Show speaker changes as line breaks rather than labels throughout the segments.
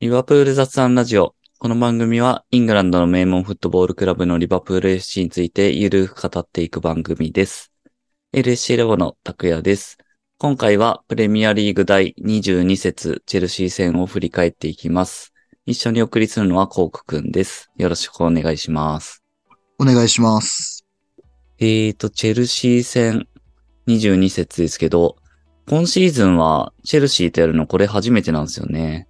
リバプール雑談ラジオ。この番組はイングランドの名門フットボールクラブのリバプール FC についてゆるく語っていく番組です。LSC レボの拓也です。今回はプレミアリーグ第22節チェルシー戦を振り返っていきます。一緒にお送りするのはコークくんです。よろしくお願いします。
お願いします。
えーと、チェルシー戦22節ですけど、今シーズンはチェルシーとやるのこれ初めてなんですよね。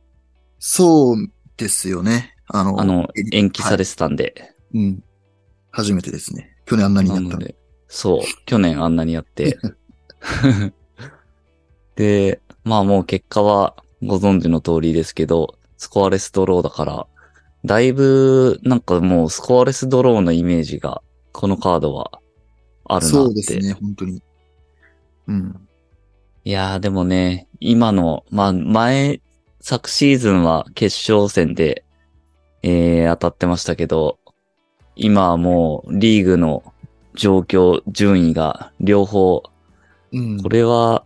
そうですよね。あの、
あの
え、
延期されてたんで。
うん。初めてですね。去年あんなにな
な
った
の
ので。
で、そう、去年あんなにや って。で、まあもう結果はご存知の通りですけど、スコアレスドローだから、だいぶなんかもうスコアレスドローのイメージが、このカードはあるなって。
そうですね、本当に。うん。
いやーでもね、今の、まあ前、昨シーズンは決勝戦で、えー、当たってましたけど、今はもうリーグの状況、順位が両方
うん。
これは、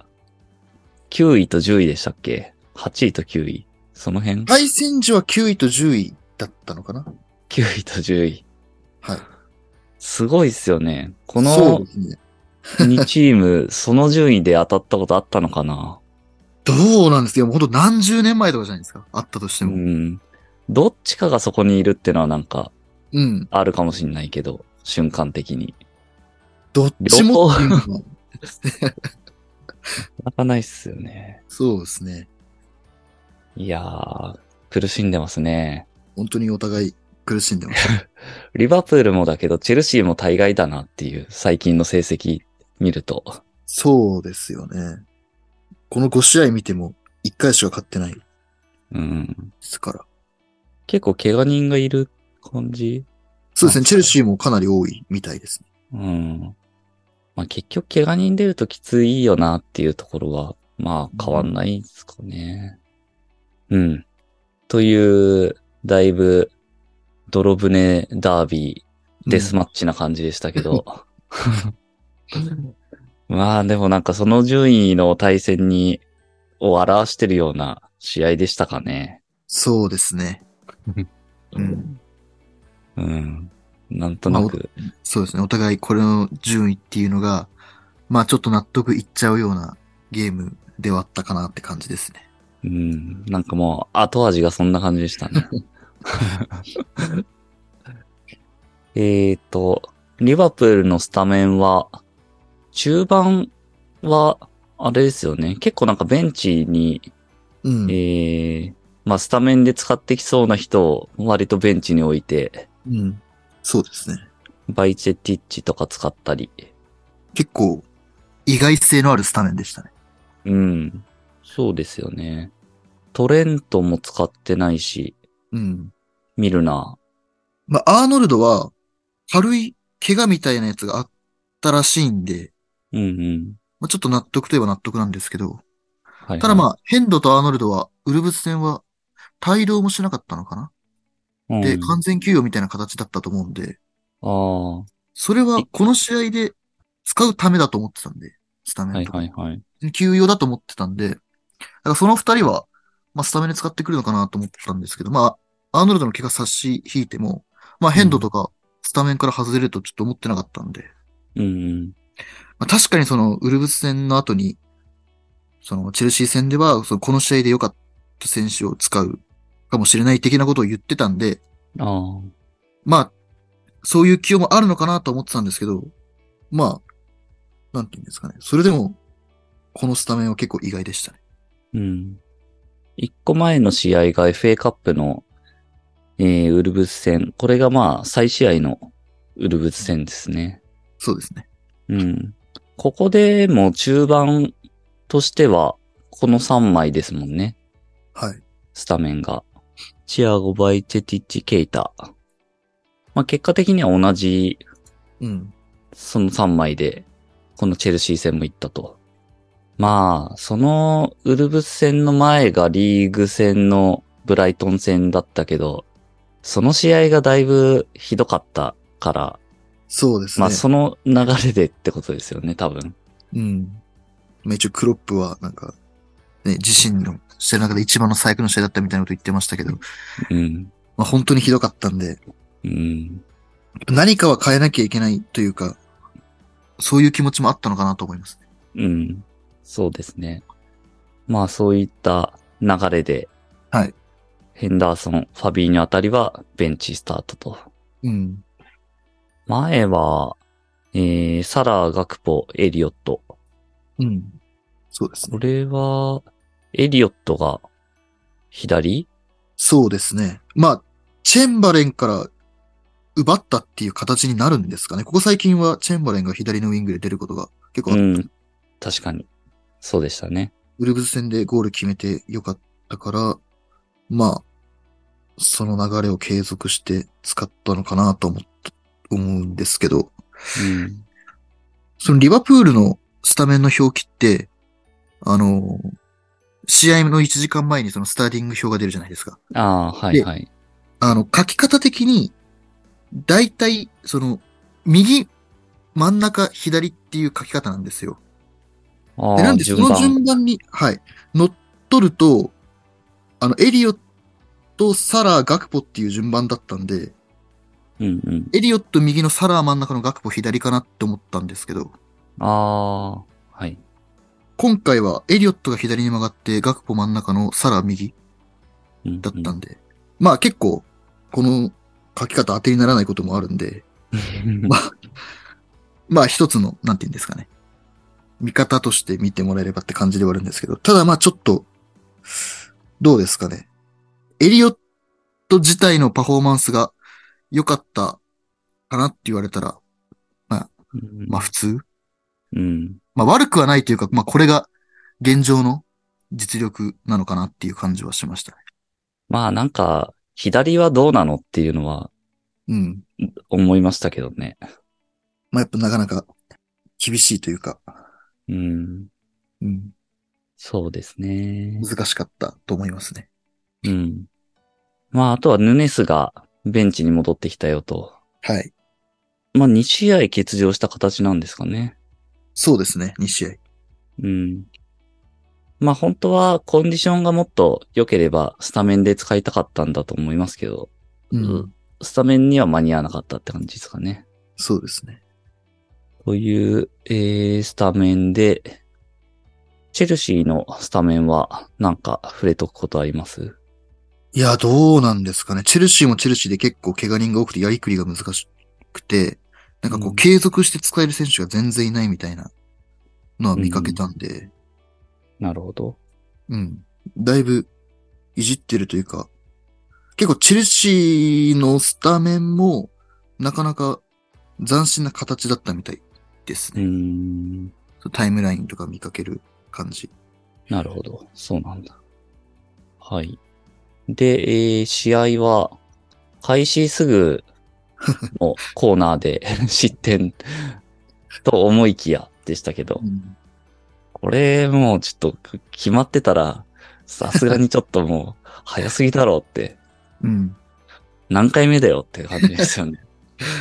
9位と10位でしたっけ ?8 位と9位その辺
対戦時は9位と10位だったのかな
?9 位と10位。
はい。
すごいっすよね。こ
そう
の
ですね。
2チーム、 その順位で当たったことあったのかな
どうなんですけど、もうほんと何十年前とかじゃないですか。あったとして
う
も。
ん。どっちかがそこにいるってのはなんか、
うん。
あるかもしんないけど、瞬間的に。
どっち
両
も
方
っていうのは
なかないっすよね。
そうですね。
いやー、苦しんでますね。
本当にお互い苦しんでました。
リバプールもだけど、チェルシーも大概だなっていう、最近の成績見ると。
そうですよね。この5試合見ても1回しか勝ってないで
うん。
すから。
結構怪我人がいる感じ
そうです
あ
ね、チェルシーもかなり多いみたいですね。
うん。まあ結局怪我人出るときついよなっていうところは、まあ変わんないですかね。うん。という、だいぶ、泥船ダービー、デスマッチな感じでしたけど。 まあでもなんかその順位の対戦に、を表してるような試合でしたかね。
そうですね。うん。
うん。なんとなく。
そうですね。お互いこれの順位っていうのが、まあちょっと納得いっちゃうようなゲームではあったかなって感じですね。
うん。なんかもう、後味がそんな感じでしたね。えっと、リバプールのスタメンは、中盤は、あれですよね。結構なんかベンチに、
うん。
えーまあスタメンで使ってきそうな人を割とベンチに置いて、
うん。そうですね。
バイチェティッチとか使ったり。
結構、意外性のあるスタメンでしたね。
うん。そうですよね。トレントも使ってないし、
うん。
ミルナ
まあ、アーノルドは、軽い怪我みたいなやつがあったらしいんで、
ー。うんうん。
まあ、ちょっと納得といえば納得なんですけど、
はいはい、
ただまあ、ヘンドとアーノルドは、ウルブス戦は、帯同もしなかったのかな、
うん
で、完全休養みたいな形だったと思うんで、
あ
それはこの試合で使うためだと思ってたんで、スタ
あ、
メ
は
ン
い
と。
はいはい。
休養だと思ってたんで、だからその二人は、まあ、スタメンで使ってくるのかなと思ってたんですけど、まあ、アーノルドの怪我差し引いても、まあ、ヘンドとか、スタメンから外れるとちょっと思ってなかったんで、
うんうん。
まあ、確かにその、ウルブス戦の後に、その、チェルシー戦では、その、この試合で良かった選手を使うかもしれない的なことを言ってたんで、
あ
まあ、そういう気温もあるのかなと思ってたんですけど、まあ、なんて言うんですかね。それでも、このスタメンは結構意外でしたね。
あ、うん。一個前の試合が FA カップの、えー、ウルブス戦。これがまあ、再試合のウルブス戦ですね。
そうですね。
うん。ここでも中盤としては、この3枚ですもんね。
はい。
スタメンが。チアゴ、バイチェティッチ、ケイタ。まあ結果的には同じ、
うん。
その3枚で、このチェルシー戦も行ったと。まあ、そのウルブス戦の前がリーグ戦のブライトン戦だったけど、その試合がだいぶひどかったから、
そうですね。
まあその流れでってことですよね、多分。
うん。まあ一応、クロップは、なんか、ね、自身の試合の中で一番の最悪の試合だったみたいなこと言ってましたけど、
うん。
まあ、本当にひどかったんで、
うん。
何かは変えなきゃいけないというか、そういう気持ちもあったのかなと思います。
うん。そうですね。まあそういった流れで、
はい。
ヘンダーソン、ファビーニョあたりはベンチスタートと。
うん。
前は、えー、サラー、ガクポ、エリオット。
うん。そうです
こ
ね。
れは、エリオットが左
そうですね。まあ、チェンバレンから奪ったっていう形になるんですかね。ここ最近はチェンバレンが左のウィングで出ることが結構あ
う
った、
ん。確かに。そうでしたね。
ウルブズ戦でゴール決めてよかったから、まあ、その流れを継続して使ったのかなと思った思うんですけど、
うん。
そのリバプールのスタメンの表記って、あの、試合の1時間前にそのスターティング表が出るじゃないですか。
ああ、はい
で
はい。
あの、書き方的に、だいたい、その、右、真ん中、左っていう書き方なんですよ。
あ
で、な
あ、
んでその順番に、はい、乗っ取ると、あの、エリオット、サラー、ガクポっていう順番だったんで、
うんうん。
エリオット右のサラー真ん中のガクポ左かなって思ったんですけど、
ああ、はい。
今回はエリオットが左に曲がって、ガクポ真ん中のサラー右
うん
だった
うん
んで、まあ結構、この書き方当てにならないこともあるんで、まあ、まあ一つの、なんて言うんですかね。見方として見てもらえればって感じではあるんですけど、ただまあちょっと、どうですかね。エリオット自体のパフォーマンスが良かったかなって言われたら、
うん
まあ普通。
うん。
まあ悪くはないというか、まあこれが現状の実力なのかなっていう感じはしましたね。
まあなんか、左はどうなのっていうのは
うん。
思いましたけどね。
まあやっぱなかなか厳しいというか、
うん。
うん、
そうですね。
難しかったと思いますね。
うん。まああとはヌネスがベンチに戻ってきたよと。
はい。
まあ2試合欠場した形なんですかね。
そうですね、2試合。
うん。まあ本当はコンディションがもっと良ければスタメンで使いたかったんだと思いますけど、うんスタメンには間に合わなかったって感じですかね。
そうですね。
という、えー、スタメンで、チェルシーのスタメンはなんか触れとくことあります
いや、どうなんですかね。チェルシーもチェルシーで結構怪我人が多くてやりくりが難しくて、なんか
う
こ
ん
う継続して使える選手が全然いないみたいなのは見かけたんで、
なるほど。
うん。だいぶいじってるというか、結構チェルシーのスタメンもなかなか斬新な形だったみたいです
う
ね。
ーん。
タイムラインとか見かける感じ。
なるほど。そうなんだ。はい。で、えー、試合は、開始すぐ のコーナーで失点と思いきやでしたけど
う、ん
これもうちょっと決まってたら、さすがにちょっともう早すぎだろうって、
うん。
何回目だよって感じですよね。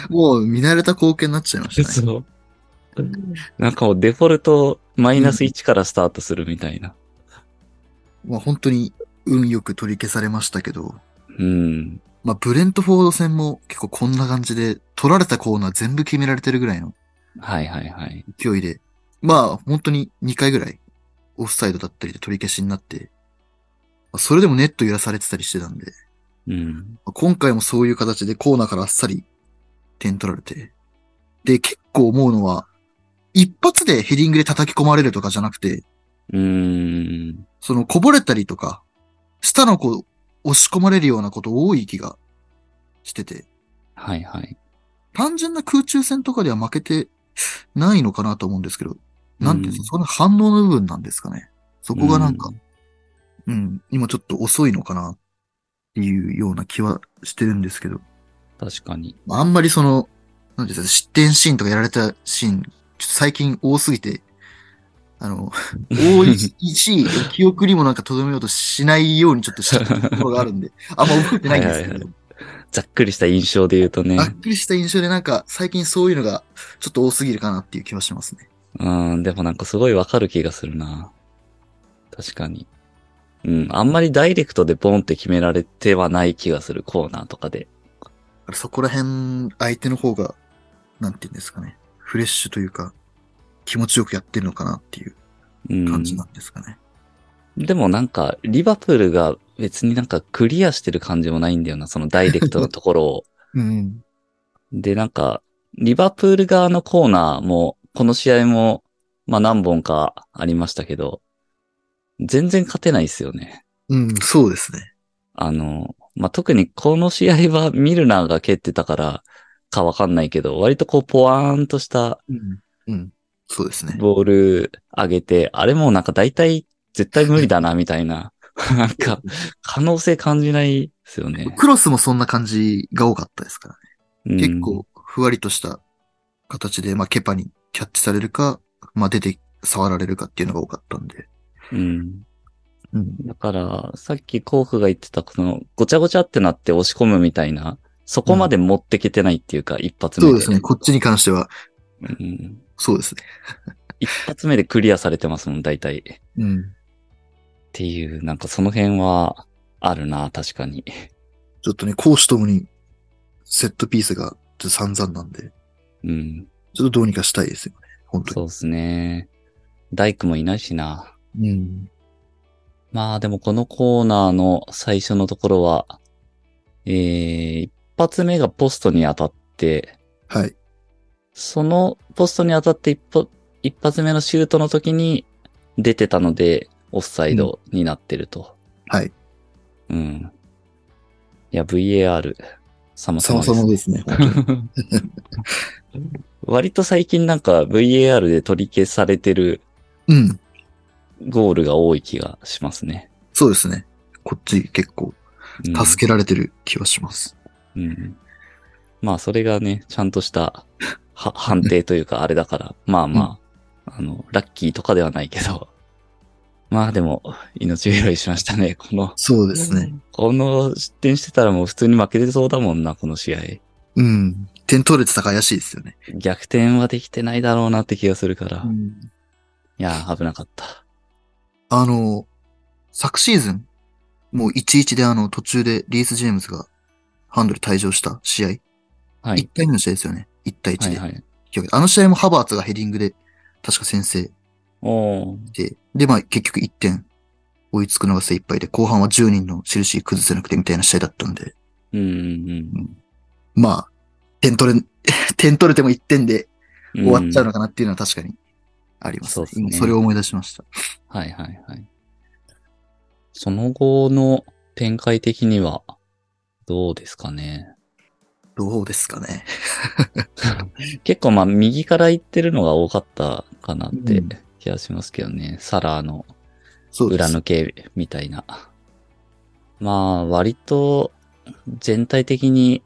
もう見慣れた光景になっちゃいましたね。
そう。なんかもうデフォルトマイナス1からスタートするみたいな。
まあ本当に運よく取り消されましたけど、
うん。
まあ、ブレントフォード戦も結構こんな感じで、取られたコーナー全部決められてるぐらいの
はいはいはい。
勢いで、まあ、本当に2回ぐらい、オフサイドだったりで取り消しになって、まあそれでもネット揺らされてたりしてたんで、
うん。
まあ今回もそういう形でコーナーからあっさり点取られて、で、結構思うのは、一発でヘディングで叩き込まれるとかじゃなくて、
うーん。
そのこぼれたりとか、下の子押し込まれるようなこと多い気がしてて、
はいはい。
単純な空中戦とかでは負けてないのかなと思うんですけど、なんていうんですか、その反応の部分なんですかね。そこがなんか、うん、今ちょっと遅いのかなっていうような気はしてるんですけど、
確かに。
まああんまりその、なんていうんですか、失点シーンとかやられたシーン、ちょっと最近多すぎて、あの、多いし、記憶にもなんか留めようとしないようにちょっとしたところがあるんで、あんま覚えてないんですけど、
はいはいはざっくりした印象で言うとね
ざ。っくりした印象でなんか最近そういうのがちょっと多すぎるかなっていう気はしますね。
うん。でもなんかすごいわかる気がするな。確かに。うん。あんまりダイレクトでボンって決められてはない気がするコーナーとかで。
からそこら辺、相手の方が、なんて言うんですかね。フレッシュというか、気持ちよくやってるのかなっていう
うん。
感じなんですかね。
でもなんか、リバプールが別になんかクリアしてる感じもないんだよな、そのダイレクトのところ を。
うん。
で、なんか、リバプール側のコーナーも、この試合も、まあ何本かありましたけど、全然勝てないですよね。
うん、そうですね。
あの、まあ特にこの試合はミルナーが蹴ってたからかわかんないけど、割とこうポワーンとした
うん。うん。そうですね。
ボール上げて、あれもうなんか大体絶対無理だな、みたいな。 なんか、可能性感じないですよね。
クロスもそんな感じが多かったですから
う
ね。
ん
結構、ふわりとした形で、まあ、ケパにキャッチされるか、まあ、出て触られるかっていうのが多かったんで。
うん。
うん。
だから、さっきコークが言ってた、この、ごちゃごちゃってなって押し込むみたいな、そこまで持ってけてないっていうか、一発目
そ
で。
うですね。こっちに関しては、
うん。
そうですね。
一発目でクリアされてますもん、大体。っ
うん。
ていう、なんかその辺は、あるな、確かに。
ちょっとね、攻守ともに、セットピースがちょっと散々なんで、
うん。
ちょっとどうにかしたいですよね。本当
そうですね。大工もいないしな。
に。うん。
まあでもこのコーナーの最初のところは、えー、一発目がポストに当たって、
はい。
そのポストに当たって一歩一発目のシュートの時に出てたので、オフサイドになってると。
はい。
うん。いや、VAR、様
さま
々
さ
です
まですね。本当に
割と最近なんか VAR で取り消されてる
うん。
ゴールが多い気がしますね。
そうですね。こっち結構、
うん
助けられてる気はします。
うん。まあ、それがね、ちゃんとした、は、判定というか、あれだから、まあまあ、あの、ラッキーとかではないけど、まあでも、命拾いしましたね、この、
そうですね。
この失点してたらもう普通に負けてそうだもんな、この試合。
うん。点取れてたか怪しいですよね。
逆転はできてないだろうなって気がするから、い
ん。
やー、危なかった。
あの、昨シーズン、もう1-1であの途中でリース・ジェームズがハンドル退場した試合。
は
1
い。
対2の試合ですよね。1対
はい
1で。
はい。
あの試合もハバーツがヘディングで、確か先制
おー
で、で、まあ結局1点追いつくのが精一杯で、後半は10人の印崩せなくてみたいな試合だったんで、
うんうん
まあ、点取れ、 点取れても1点で
うん。
終わっちゃうのかなっていうのは確かにあります、
そうですね
今それを思い出しました。
はいはいはい。その後の展開的には、どうですかね。
どうですかね。
結構まあ右から行ってるのが多かったかなって
うん
気がしますけどね。サラーの
そうで
裏
す。
抜けみたいな。まあ割と全体的に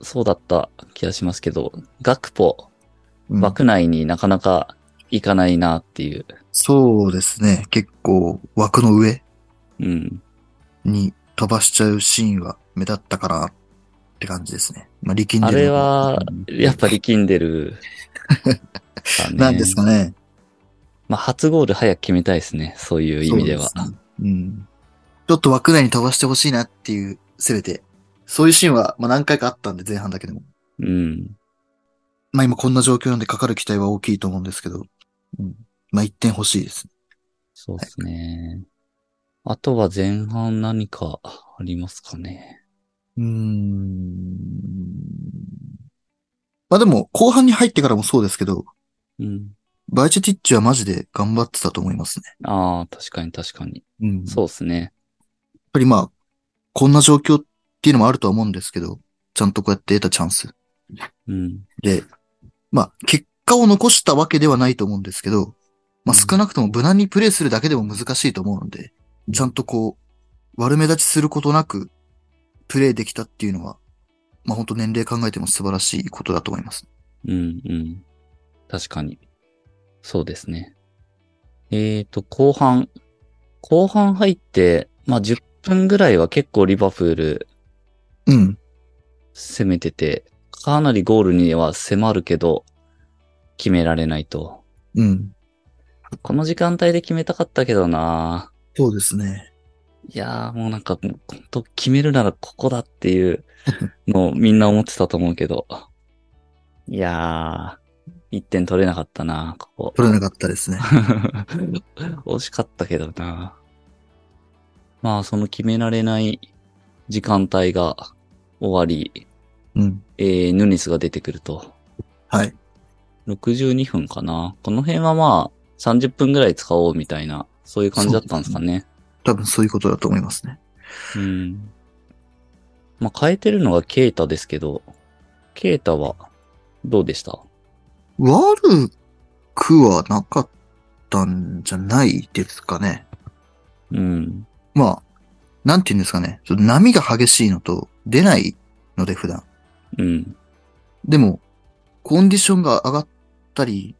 そうだった気がしますけど、学ポ
うん
枠内になかなか行かないなっていう。
そうですね。結構枠の上
うん。
に飛ばしちゃうシーンは目立ったかなって感じですね。まあ、力んで
あ
る
れは、やっぱり金で る。
なんですかね。
まあ、初ゴール早く決めたいですね。そういう意味では。
そうすねうん。ちょっと枠内に飛ばしてほしいなっていう、せめて。そういうシーンは、まあ、何回かあったんで、前半だけでも。
うん。
まあ、今こんな状況なんでかかる期待は大きいと思うんですけど。うん。まあ、1点欲しいです。
そうですね。あとは前半何かありますかね。
うーん。まあ、でも、後半に入ってからもそうですけど、
うん。
バイチェティッチはマジで頑張ってたと思います
ああ、確かに確かに。
ね。うん
そうですね。
やっぱりまあ、こんな状況っていうのもあるとは思うんですけど、ちゃんとこうやって得たチャンス。
うん。
で、まあ、結果を残したわけではないと思うんですけど、まあ少なくとも無難にプレイするだけでも難しいと思うので、ちゃんとこう、悪目立ちすることなく、プレイできたっていうのは、まあ本当年齢考えても素晴らしいことだと思います。
うん、うん。確かに。そうですね。えーと、後半。後半入って、まあ、10分ぐらいは結構リバプール
うん。
攻めてて、かなりゴールには迫るけど、決められないと。
うん。
この時間帯で決めたかったけどな
そうですね。
いやーもうなんか、もう本当決めるならここだっていうのをみんな思ってたと思うけど。いやー、1点取れなかったな、こ こ。
取れなかったですね。
惜しかったけどな。まあ、その決められない時間帯が終わり、
うん。
えー、ヌニスが出てくると。
はい。
62分かな。この辺はまあ、30分ぐらい使おうみたいな、そういう感じだったんですかね。
多分そういうことだと思いますね。
うん。まあ、変えてるのがケイタですけど、ケイタはどうでした
悪くはなかったんじゃないですかね。
うん。
まあ、なんて言うんですかね。ちょっと波が激しいのと出ないので普段。
うん。
でも、コンディションが上がったり、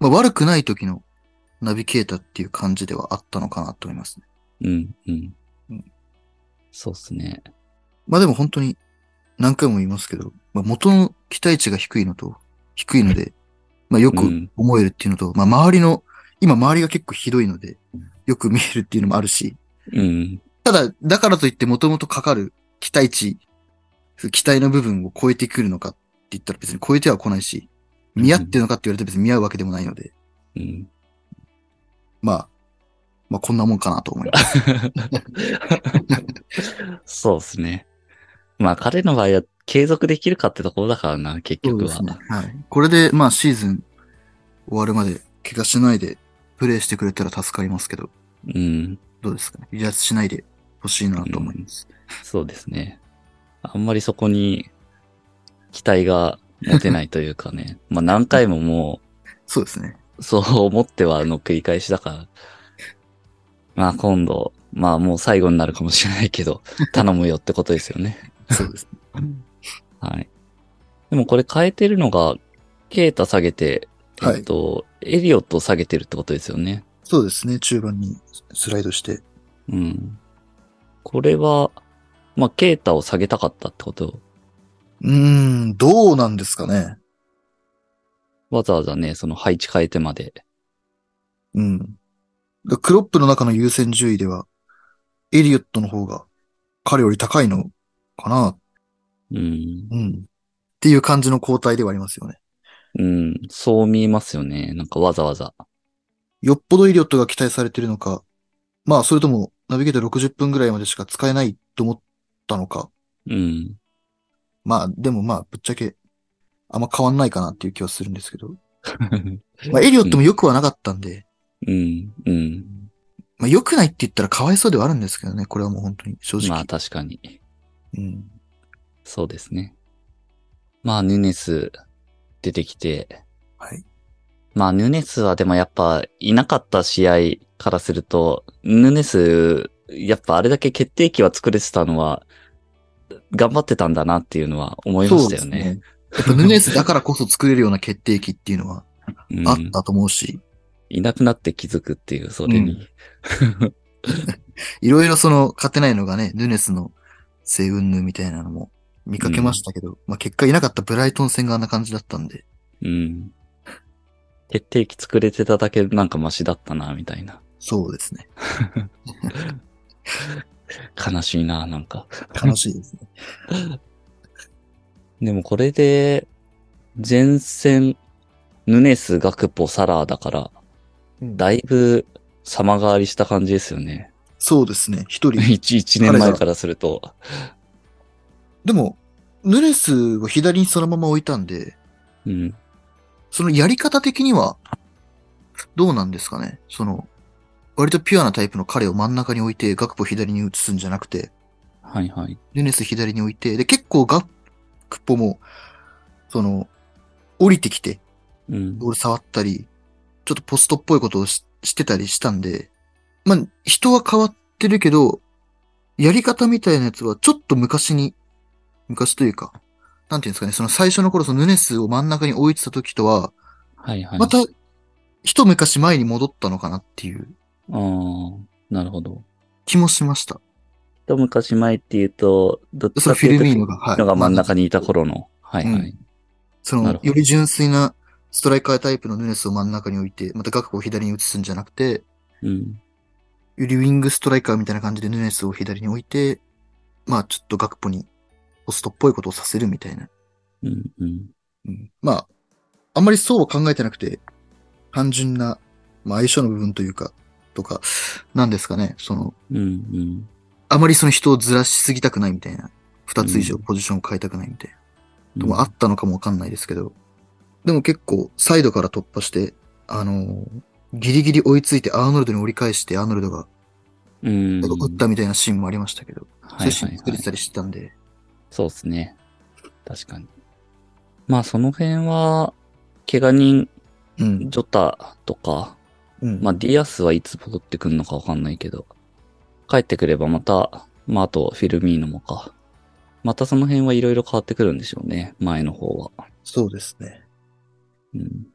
まあ、悪くない時のナビゲーターっていう感じではあったのかなと思いますね。
うん。うん
うん。
そうっすね。
まあでも本当に何回も言いますけど、まあ、元の期待値が低いのと、低いので、まあよ
う
く
ん。
思えるっていうのと、まあ周りの、今周りが結構ひどいので、よく見えるっていうのもあるし、
うん。
ただ、だからといってもともとかかる期待値、期待の部分を超えてくるのかって言ったら別に超えては来ないし、見合ってるのかって言われて別に見合うわけでもないので、
うん。
まあ、まあこんなもんかなと思います。
そうですね。まあ彼の場合は継続できるかってところだからな、結局は。
はい。これで、まあシーズン終わるまで怪我しないでプレイしてくれたら助かりますけど、
うん。
どうですかね。離脱しないでほしいなと思います。
そうですね。あんまりそこに期待が持てないというか ね。まあ何回もも
そうですね。
う、そう思ってはあの繰り返しだから。まあ今度、まあもう最後になるかもしれないけ ど、頼むよってことですよね。
そうですね。
はい。でもこれ変えてるのが、ケータ下げて、
はい
えっと、エリオットを下げてるってことですよね。
そうですね。中盤にスライドして。
うん。これは、まあ、ケータを下げたかったってこと。
うーん、どうなんですかね。
わざわざね、その配置変えてまで。
うん。だからクロップの中の優先順位では、エリオットの方が彼より高いのかな
うん。
うん。っていう感じの交代ではありますよね。
うん。そう見えますよね。なんかわざわざ。
よっぽどエリオットが期待されてるのか、まあそれともナビゲーター60分ぐらいまでしか使えないと思ったのか、
うん。
まあでもまあぶっちゃけあんま変わんないかなっていう気はするんですけど、まあエリオットも良くはなかったんで、
うん。うん。
まあ良くないって言ったらかわいそうではあるんですけどね、これはもう本当に正直。
まあ、確かに。
うん。
そうですね。まあ、ヌネス出てきて。
はい。
まあ、ヌネスはでもやっぱいなかった試合からすると、ヌネス、やっぱあれだけ決定機は作れてたのは、頑張ってたんだなっていうのは思いましたよね。。
やっぱヌネスだからこそ作れるような決定機っていうのは
うん
あったと思うし、
いなくなって気づくっていう、それに。
いろいろその勝てないのがね、ヌネスの性云々みたいなのも見かけましたけど、まあ結果いなかったブライトン戦があんな感じだったんで、
うん。決定機作れてただけなんかマシだったな、みたいな。
そうですね。
悲しいな、なんか。
悲しいですね。
でもこれで、前線、ヌネス、ガクポ、サラーだから、だいぶ様変わりした感じですよね。
そうですね、一人。
一一年前からすると。
でも、ヌネスを左にそのまま置いたんで、
うん。
そのやり方的には、どうなんですかねその、割とピュアなタイプの彼を真ん中に置いて、ガクポ左に移すんじゃなくて、
はいはい。
ヌネス左に置いて、で、結構ガクポも、その、降りてきて、
うん。
ボール触ったり、ちょっとポストっぽいことをししてたりしたんで、まあ、人は変わってるけど、やり方みたいなやつはちょっと昔に、昔というか、なんていうんですかね、その最初の頃、そのヌネスを真ん中に置いてた時とは、
はいはい。
また、一昔前に戻ったのかなっていう
ああ、なるほど。
気もしました。
一昔前っていうと、どっち
そ
か
う、
って
フ
い
ィ
う
ル
と
ミーノが、はい。
のが真ん中にいた頃の。はいは
う
い。
そ
な
の、
る
よ
ほど
り純粋なストライカータイプのヌネスを真ん中に置いて、また学校を左に移すんじゃなくて、
うん。
よりウィングストライカーみたいな感じでヌネスを左に置いて、まあちょっとガクポにポストっぽいことをさせるみたいな。
うん、うん。
うん、まあ、あんまりそうは考えてなくて、単純な、まあ相性の部分というか、とか、なんですかね。その、
うん、うん。
あまりその人をずらしすぎたくないみたいな。二つ以上
うん
ポジションを変えたくないみたいな。ともあったのかもわかんないですけど、でも結構サイドから突破して、あのーギリギリ追いついてアーノルドに折り返してアーノルドが
うん。
なんか打ったみたいなシーンもありましたけど、そう
はいいうは
シーン
い
作
は
れ
い
て。たりしてたんで、
そうですね。確かに。まあ、その辺は、怪我人、
うん。
ジョタとか、
うん
まあ、ディアスはいつ戻ってくるのかわかんないけど、帰ってくればまた、まあ、あとフィルミーノもか。またその辺はいろいろ変わってくるんでしょうね、前の方は。
そうですね。
うん。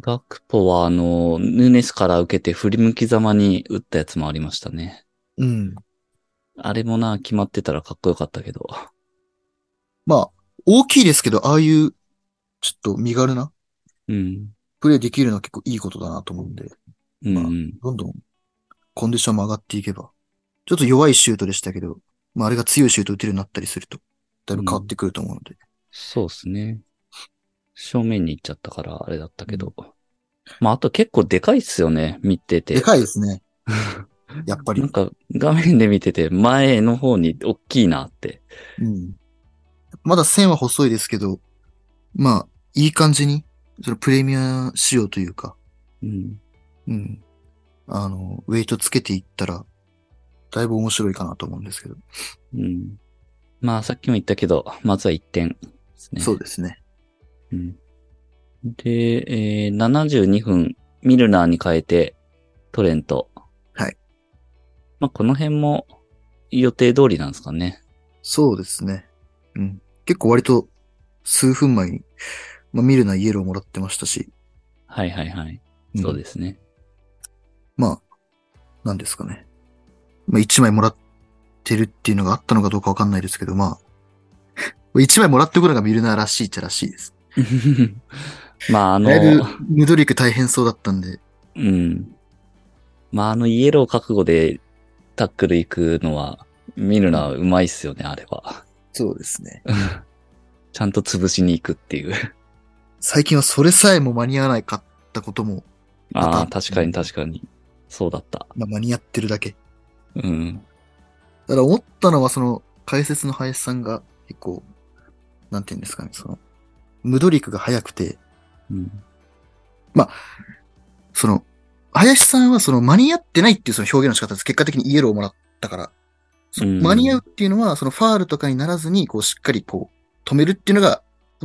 ガクポは、あの、ヌネスから受けて振り向きざまに打ったやつもありましたね。
うん。
あれもな、決まってたらかっこよかったけど。
まあ、大きいですけど、ああいう、ちょっと身軽な
うん。
プレイできるのは結構いいことだなと思うんで、
うん、う
まあ
ん。
どんどんコンディションも上がっていけば、ちょっと弱いシュートでしたけど、まああれが強いシュート打てるようになったりすると、だいぶ変わってくると思うので、
そうですね。正面に行っちゃったから、あれだったけど。まあ、あと結構でかいっすよね、見てて。
でかいで すね。やっぱり
なん。か、画面で見てて、前の方に大きいなって。
うん。まだ線は細いですけど、まあ、いい感じに、そのプレミア仕様というか、
うん。
うん。あの、ウェイトつけていったら、だいぶ面白いかなと思うんですけど。
うん。まあ、さっきも言ったけど、まずは1点ですね。
そうですね。
うんで、えー、72分、ミルナーに変えて、トレント。
はい。
まあ、この辺も予定通りなんですかね。
そうですね。うん。結構割と、数分前に、まあ、見るなイエローもらってましたし、
はいはいはい。
ん
そうですね。
まあ、なんですかね。まあ、1枚もらってるっていうのがあったのかどうかわかんないですけど、まあ、1枚も らっておくのがミルナーらしいっちゃらしいです。
まあ、あの
だ、いぶ、ムドリック大変そうだったんで、
うん。まあ、あの、イエロー覚悟でタックル行くのは、ミルナーうまいっすよね、あれは。
そうですね。
ちゃんと潰しに行くっていう。
最近はそれさえも間に合わないかったことも、
あ
ま
あ、
た
確かに確かに。そうだった。
まあ、間に合ってるだけ。だ
うん。
から思ったのは、その、解説の林さんが、結構、なんて言うんですかね、その、ムドリックが速くて、
うん。
その、林さんはその間に合ってないっていうその表現の仕方です。結果的にイエローをもらったから。その
うん
間に合うっていうのは、そのファールとかにならずに、こうしっかりこう止めるっていうのが、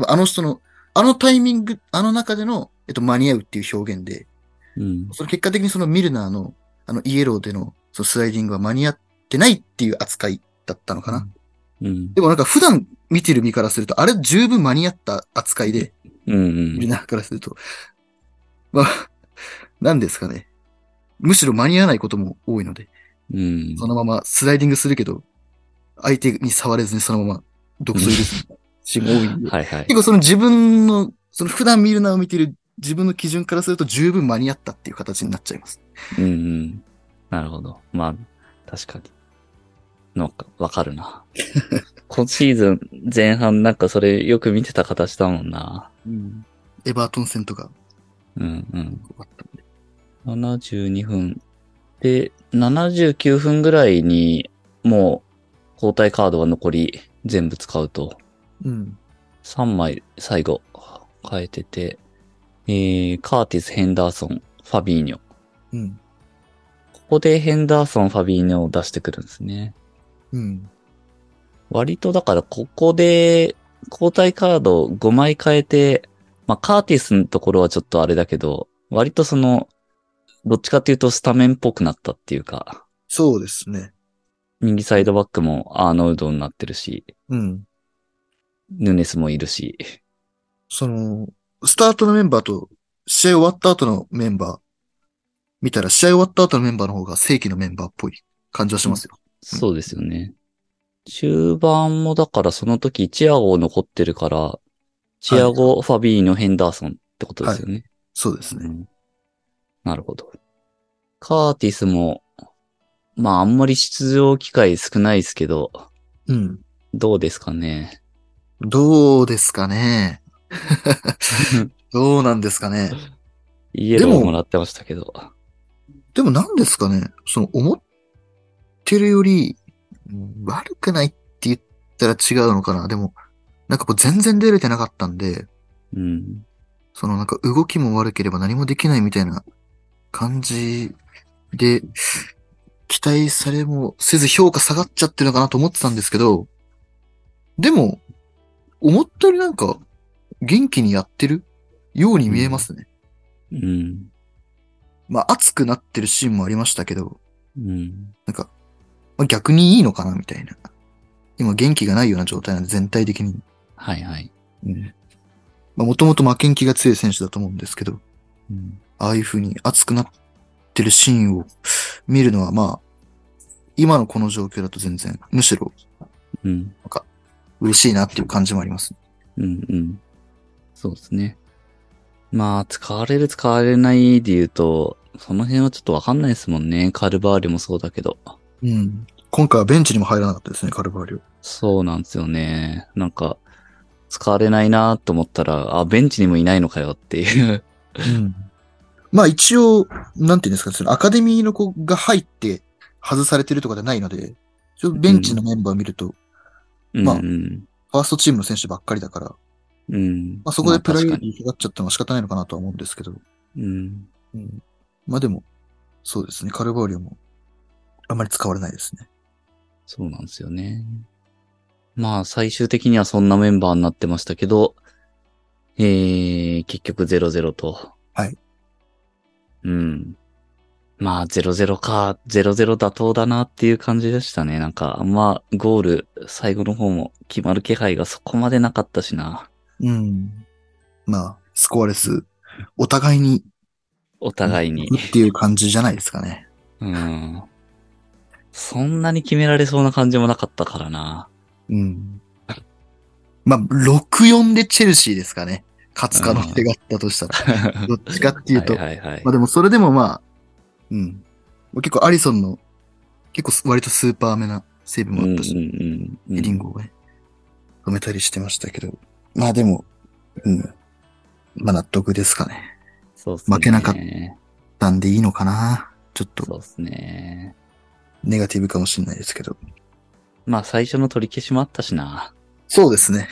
あの人の、あのタイミング、あの中での、えっと、間に合うっていう表現で、
うん。
その結果的にそのミルナーの、あのイエローでの、そのスライディングは間に合ってないっていう扱いだったのかな。
うん。
でもなんか普段見てる身からすると、あれ十分間に合った扱いで、
うん
ミルナーからすると、まあ、 なんですかね。むしろ間に合わないことも多いので、
うん。うん。
そのままスライディングするけど、相手に触れずにそのまま独走入れするシーンが多いんで。
はいはい
結。構その自分の、その普段見るなを見てる自分の基準からすると十分間に合ったっていう形になっちゃいます。
うんうん。なるほど。まあ、確かに。なんか、わかる な。今シーズン前半なんかそれよく見てた形だもんな。
エバートン戦とか、
うんうん。
終わったんで。
72分。で、79分ぐらいに、もう、交代カードは残り全部使うと、
うん。
3枚最後変えてて、えー、カーティス、ヘンダーソン、ファビーニョ。
うん。
ここでヘンダーソン、ファビーニョを出してくるんですね。
うん。
割とだからここで交代カードを5枚変えて、まあカーティスのところはちょっとあれだけど、割とその、どっちかっていうとスタメンっぽくなったっていうか、
そうですね。
右サイドバックもアーノルドになってるし、
うん。
ヌネスもいるし、
その、スタートのメンバーと、試合終わった後のメンバー、見たら試合終わった後のメンバーの方が正規のメンバーっぽい感じはしますよ。
そうですよね。中盤もだからその時チアゴ残ってるから、チアゴ、ファビーニョ、ヘンダーソンってことですよね。
そうですね。
うんなるほど。カーティスも、まああんまり出場機会少ないですけど、
うん。
どうですかね。
どうですかねどうなんですかね
イエロ
で
ー
も
もらってましたけど。
でもなんですかねその思ってるよりうん悪くないって言ったら違うのかなでも、なんかこう全然出れてなかったんで、
うん。
そのなんか動きも悪ければ何もできないみたいな感じで、期待されもせず評価下がっちゃってるのかなと思ってたんですけど、でも、思ったよりなんか元気にやってるように見えますね。
うん。
まあ熱くなってるシーンもありましたけど、
うん。
まあ、逆にいいのかなみたいな。今元気がないような状態なんで全体的に。
はいはい。
うん。まあもともと負けん気が強い選手だと思うんですけど、
うん。
ああいう風に熱くなってるシーンを見るのは、まあ、今のこの状況だと全然、むしろ
うん。
嬉しいなっていう感じもあります。
うんうん。そうですね。まあ、使われる使われないで言うと、その辺はちょっとわかんないですもんね。カルバーリもそうだけど。
うん。今回はベンチにも入らなかったですね、カルバーリョ。
そうなんですよね。なんか、使われないなと思ったら、あ、ベンチにもいないのかよっていう。
うん。まあ一応、なんていうんですかね、そのアカデミーの子が入って外されてるとかじゃないので、ちょっとベンチのメンバーを見ると、まあ
うん
ファーストチームの選手ばっかりだから、ま
うん。うん。ま
あそこでプライ
確
ド
か
に
に。
下がっちゃったのは仕方ないのかなとは思うんですけど、
うん。
うん。まあでも、そうですね、カルバーリョもあまり使われないですね。
そうなんですよね。まあ、最終的にはそんなメンバーになってましたけど、えー、結局0-0と。
はい。
うん。まあ、0-0か、0-0妥当だなっていう感じでしたね。なんか、あんまゴール、最後の方も決まる気配がそこまでなかったしな。
うん。まあ、スコアレス、お互いに、
お互いに。
っていう感じじゃないですかね。
うん。そんなに決められそうな感じもなかったからな。
うん。まあ、6-4でチェルシーですかね。勝つ可能性があったとしたら。どっちかっていうと。
はいはいはい
まあ。でも、それでもまあ、うん。結構アリソンの、結構割とスーパーめなセーブもあったし、
んうん
ヘディングをね、止めたりしてましたけど。まあでも、うん。まあ納得ですかね。
そうっすね。
負けなかっなんでいいのかなちょっと、
そうですね。
ネガティブかもしれないですけど。
まあ最初の取り消しもあったし な。
そうですね。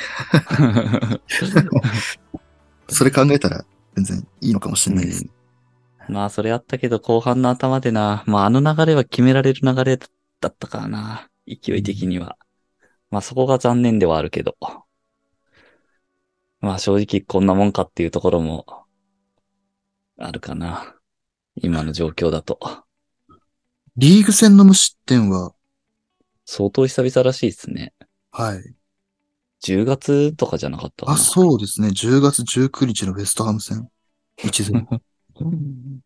う
それ考えたら全然いいのかもしれないです。
んまあそれあったけど後半の頭でな、まああの流れは決められる流れだったからな。勢い的には。まあそこが残念ではあるけど。まあ正直こんなもんかっていうところもあるかな。今の状況だと。
リーグ戦の無失点は、
相当久々らしいですね。
はい。
10月とかじゃなかったかな。
あ、そうですね。10月19日のウェストハム戦。1-0。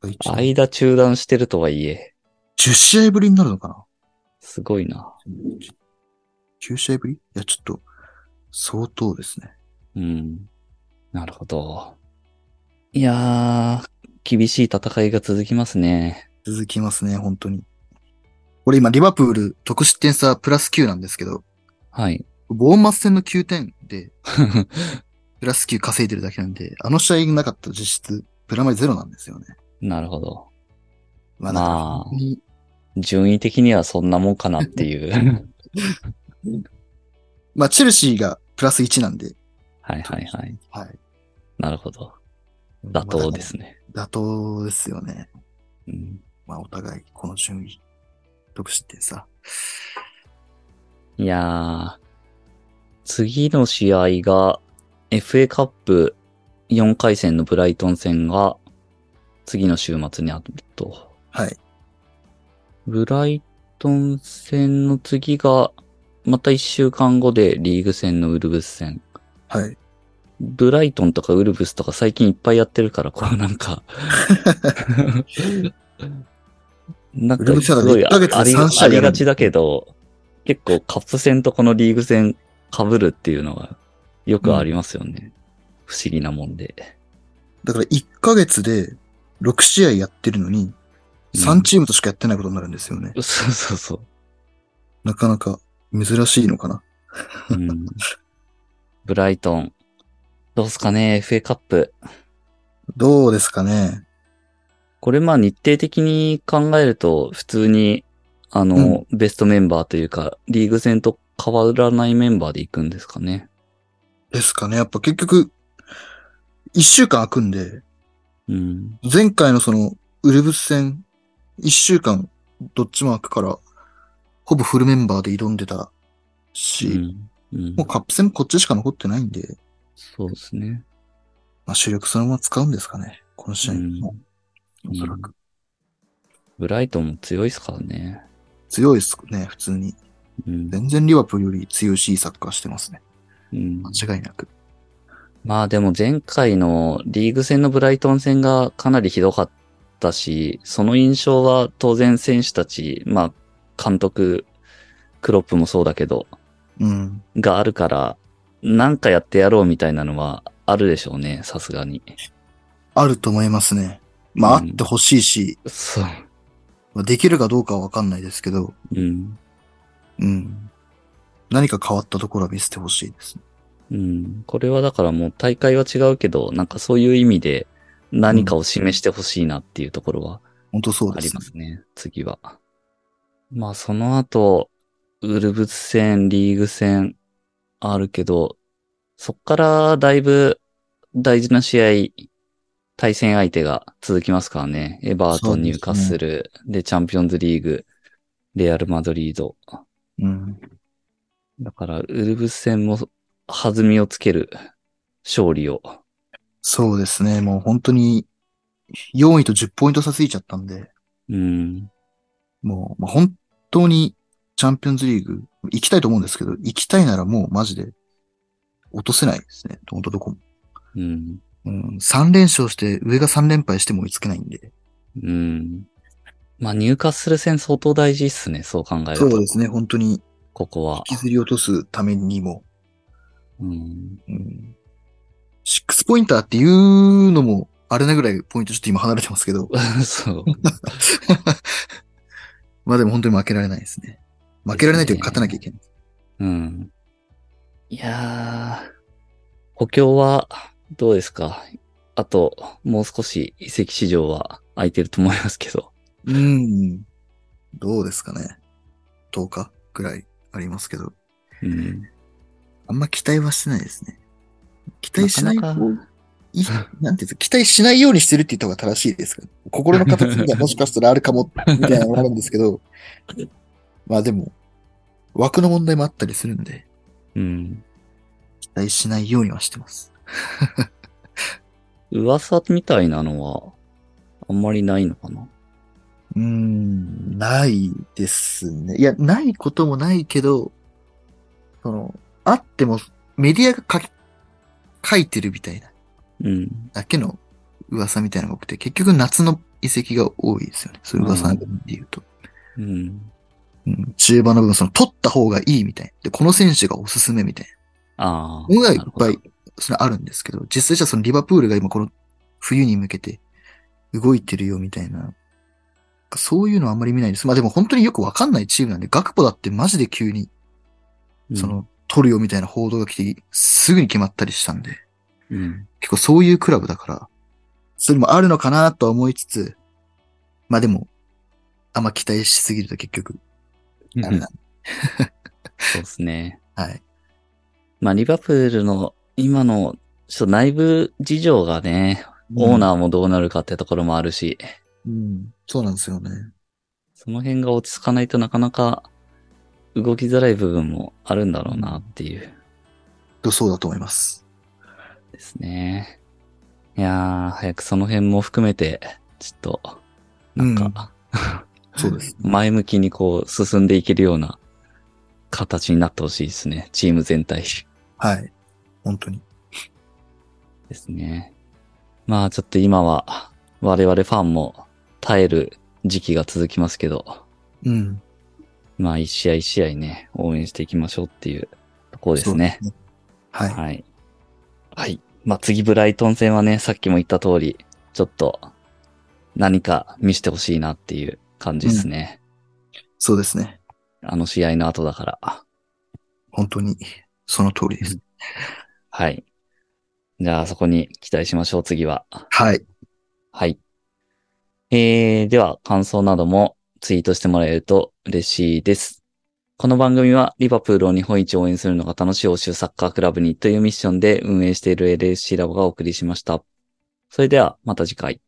1-0
間中断してるとはいえ、
10試合ぶりになるのかな
すごいな。
?9 試合ぶりいや、ちょっと、相当ですね。
うん。なるほど。いやー、厳しい戦いが続きますね。
続きますね、本当に。これ今、リバプール得失点差プラス9なんですけど、
はい。
ボーンマス戦の9点 で、プラス9稼いでるだけなんで、あの試合なかったら実質、プラマイゼロなんですよね。
なるほど。
まあ、だから
ま
本
あ
当、に
順位的にはそんなもんかなっていう。
まあ、チェルシーがプラス1なんで。
はい はいはい。
はい。
なるほど。妥当ですね。
まあ。だから妥当ですよね。
うん。
まあ、お互い、この順位、得失点さ。
いやー、次の試合が FA カップ4回戦のブライトン戦が次の週末にあると。
はい。
ブライトン戦の次がまた1週間後でリーグ戦のウルブス戦。
はい。
ブライトンとかウルブスとか最近いっぱいやってるから、こうなん か。なん
ウルブ
か
スは
す
ね
ごい
1
あ
ヶ月で
あり
3試合
あ
やる
りがちだけど、結構カップ戦とこのリーグ戦被るっていうのがよくありますよね。不思議なもんで。
だから、1ヶ月で6試合やってるのに、 3チームとしかやってないことになるんですよね。
そうそうそ
なかなか珍しいのかな。
う。うん、ブライトン。どうすかね ?FA カップ。
どうですかね。
これまあ日程的に考えると普通にあの、ベストメンバーというかリーグ戦と変わらないメンバーで行くんですかね。
ですかね。やっぱ結局、1週間空くんで、
うん。
前回のその、ウルブス戦、1週間、どっちも空くから、ほぼフルメンバーで挑んでた
う
し、
ん。うん
もうカップ戦こっちしか残ってないんで、
そうですね。
まあ、主力そのまま使うんですかね。この試合も。
ん
おそらく。
ブライトンも強いですからね。
強いですね、普通に。
うん。
全然リバプールより強いし、いいサッカーしてますね。
うん
間違いなく。
まあでも前回のリーグ戦のブライトン戦がかなりひどかったし、その印象は当然選手たち、まあ監督、クロップもそうだけど、
うん。
があるから、なんかやってやろうみたいなのはあるでしょうね、さすがに。
あると思いますね。まあ、あ
うん
ってほしいし、
そう。
まあできるかどうかはわかんないですけど、
うん。
うん。何か変わったところは見せてほしいですね。
うん。これはだからもう大会は違うけど、なんかそういう意味で何かを示してほしいなっていうところは
本当そう
あ
で
り
す、
ま
ね。
すね、次は。まあ、その後、ウルブス戦、リーグ戦あるけど、そっからだいぶ大事な試合、対戦相手が続きますからね。エバー
そ
ト
う
ン、
ですね
ニューカッスル、で、チャンピオンズリーグ、レアル・マドリード。
うん。
だから、ウルブス戦も弾みをつける勝利を。
そうですね。もう本当に、4位と10ポイント差ついちゃったんで、
うん。
もう、まあ、本当にチャンピオンズリーグ行きたいと思うんですけど、行きたいならもうマジで落とせないですね。本当どこも。
うん。
うん、3連勝して、上が3連敗しても追いつけないんで。
うん。まあ、入荷する戦相当大事っすね、そう考えると。
そうですね。本当に
ここは。
引きずり落とすためにも、
うん。
うん、6ポインターっていうのも、あれなぐらいポイントちょっと今離れてますけど、
そう。
まあでも本当に負けられないですね。負けられないというか勝たなきゃいけない。
うん。いやー、補強はどうですかあと、もう少し移籍市場は空いてると思いますけど。
うん。どうですかね。10日ぐらいありますけど。
うん。
あんま期待はしてないですね。期待しない
なかなか
方いいなんていうんですか、期待しないようにしてるって言った方が正しいですか、心の形がもしかしたらあるかも、みたいなのがあるんですけ ど、まあでも、枠の問題もあったりするんで、
うん。
期待しないようにはしてます。
噂みたいなのは、あんまりないのかな
うーん、ないですね。いや、ないこともないけど、その、あっても、メディアが書き、書いてるみたいな、
うん。
だけの噂みたいなのが多くて、結局夏の遺跡が多いですよね。そういう噂で言うと。
うん。
うん、中盤の部分、その取った方がいいみたいな。で、この選手がおすすめみたい
ああ。
なのがいっぱ
ないるほど。、
それあるんですけど、実際じゃあそのリバプールが今この冬に向けて動いてるよみたいな。そういうのはあんまり見ないです。まあでも本当によくわかんないチームなんで、学ポだってマジで急に、
うん
そ、の、取るよみたいな報道が来て、すぐに決まったりしたんで、
うん。
結構そういうクラブだから、それもあるのかなとは思いつつ、まあでも、あんま期待しすぎると結局、ダメなんで
そうですね。
はい。
まあ、リバプールの今の、ちょっと内部事情がね、オーナーもどうなるかってところもあるし、
うん、そうなんですよね。
その辺が落ち着かないとなかなか動きづらい部分もあるんだろうなっていう
そうだと思います。
ですね。いやー、早くその辺も含めて、ちょっと、なんか、
そうです。
前向きにこう進んでいけるような形になってほしいですね。チーム全体
はい。本当に。
ですね。まあちょっと今は我々ファンも耐える時期が続きますけど、
うん。
まあ一試合一試合ね、応援していきましょうっていうところですね。
そうですね。はい。
はい。はい。まあ、次、ブライトン戦はね、さっきも言った通り、ちょっと、何か見せてほしいなっていう感じですね。
そうですね。
あの試合の後だから。
本当に、その通りです。
はい。じゃあ、そこに期待しましょう、次は。
はい。
はい。えー、では、感想などもツイートしてもらえると嬉しいです。この番組は、リバプールを日本一応援するのが楽しい欧州サッカークラブにというミッションで運営している LSC ラボがお送りしました。それでは、また次回。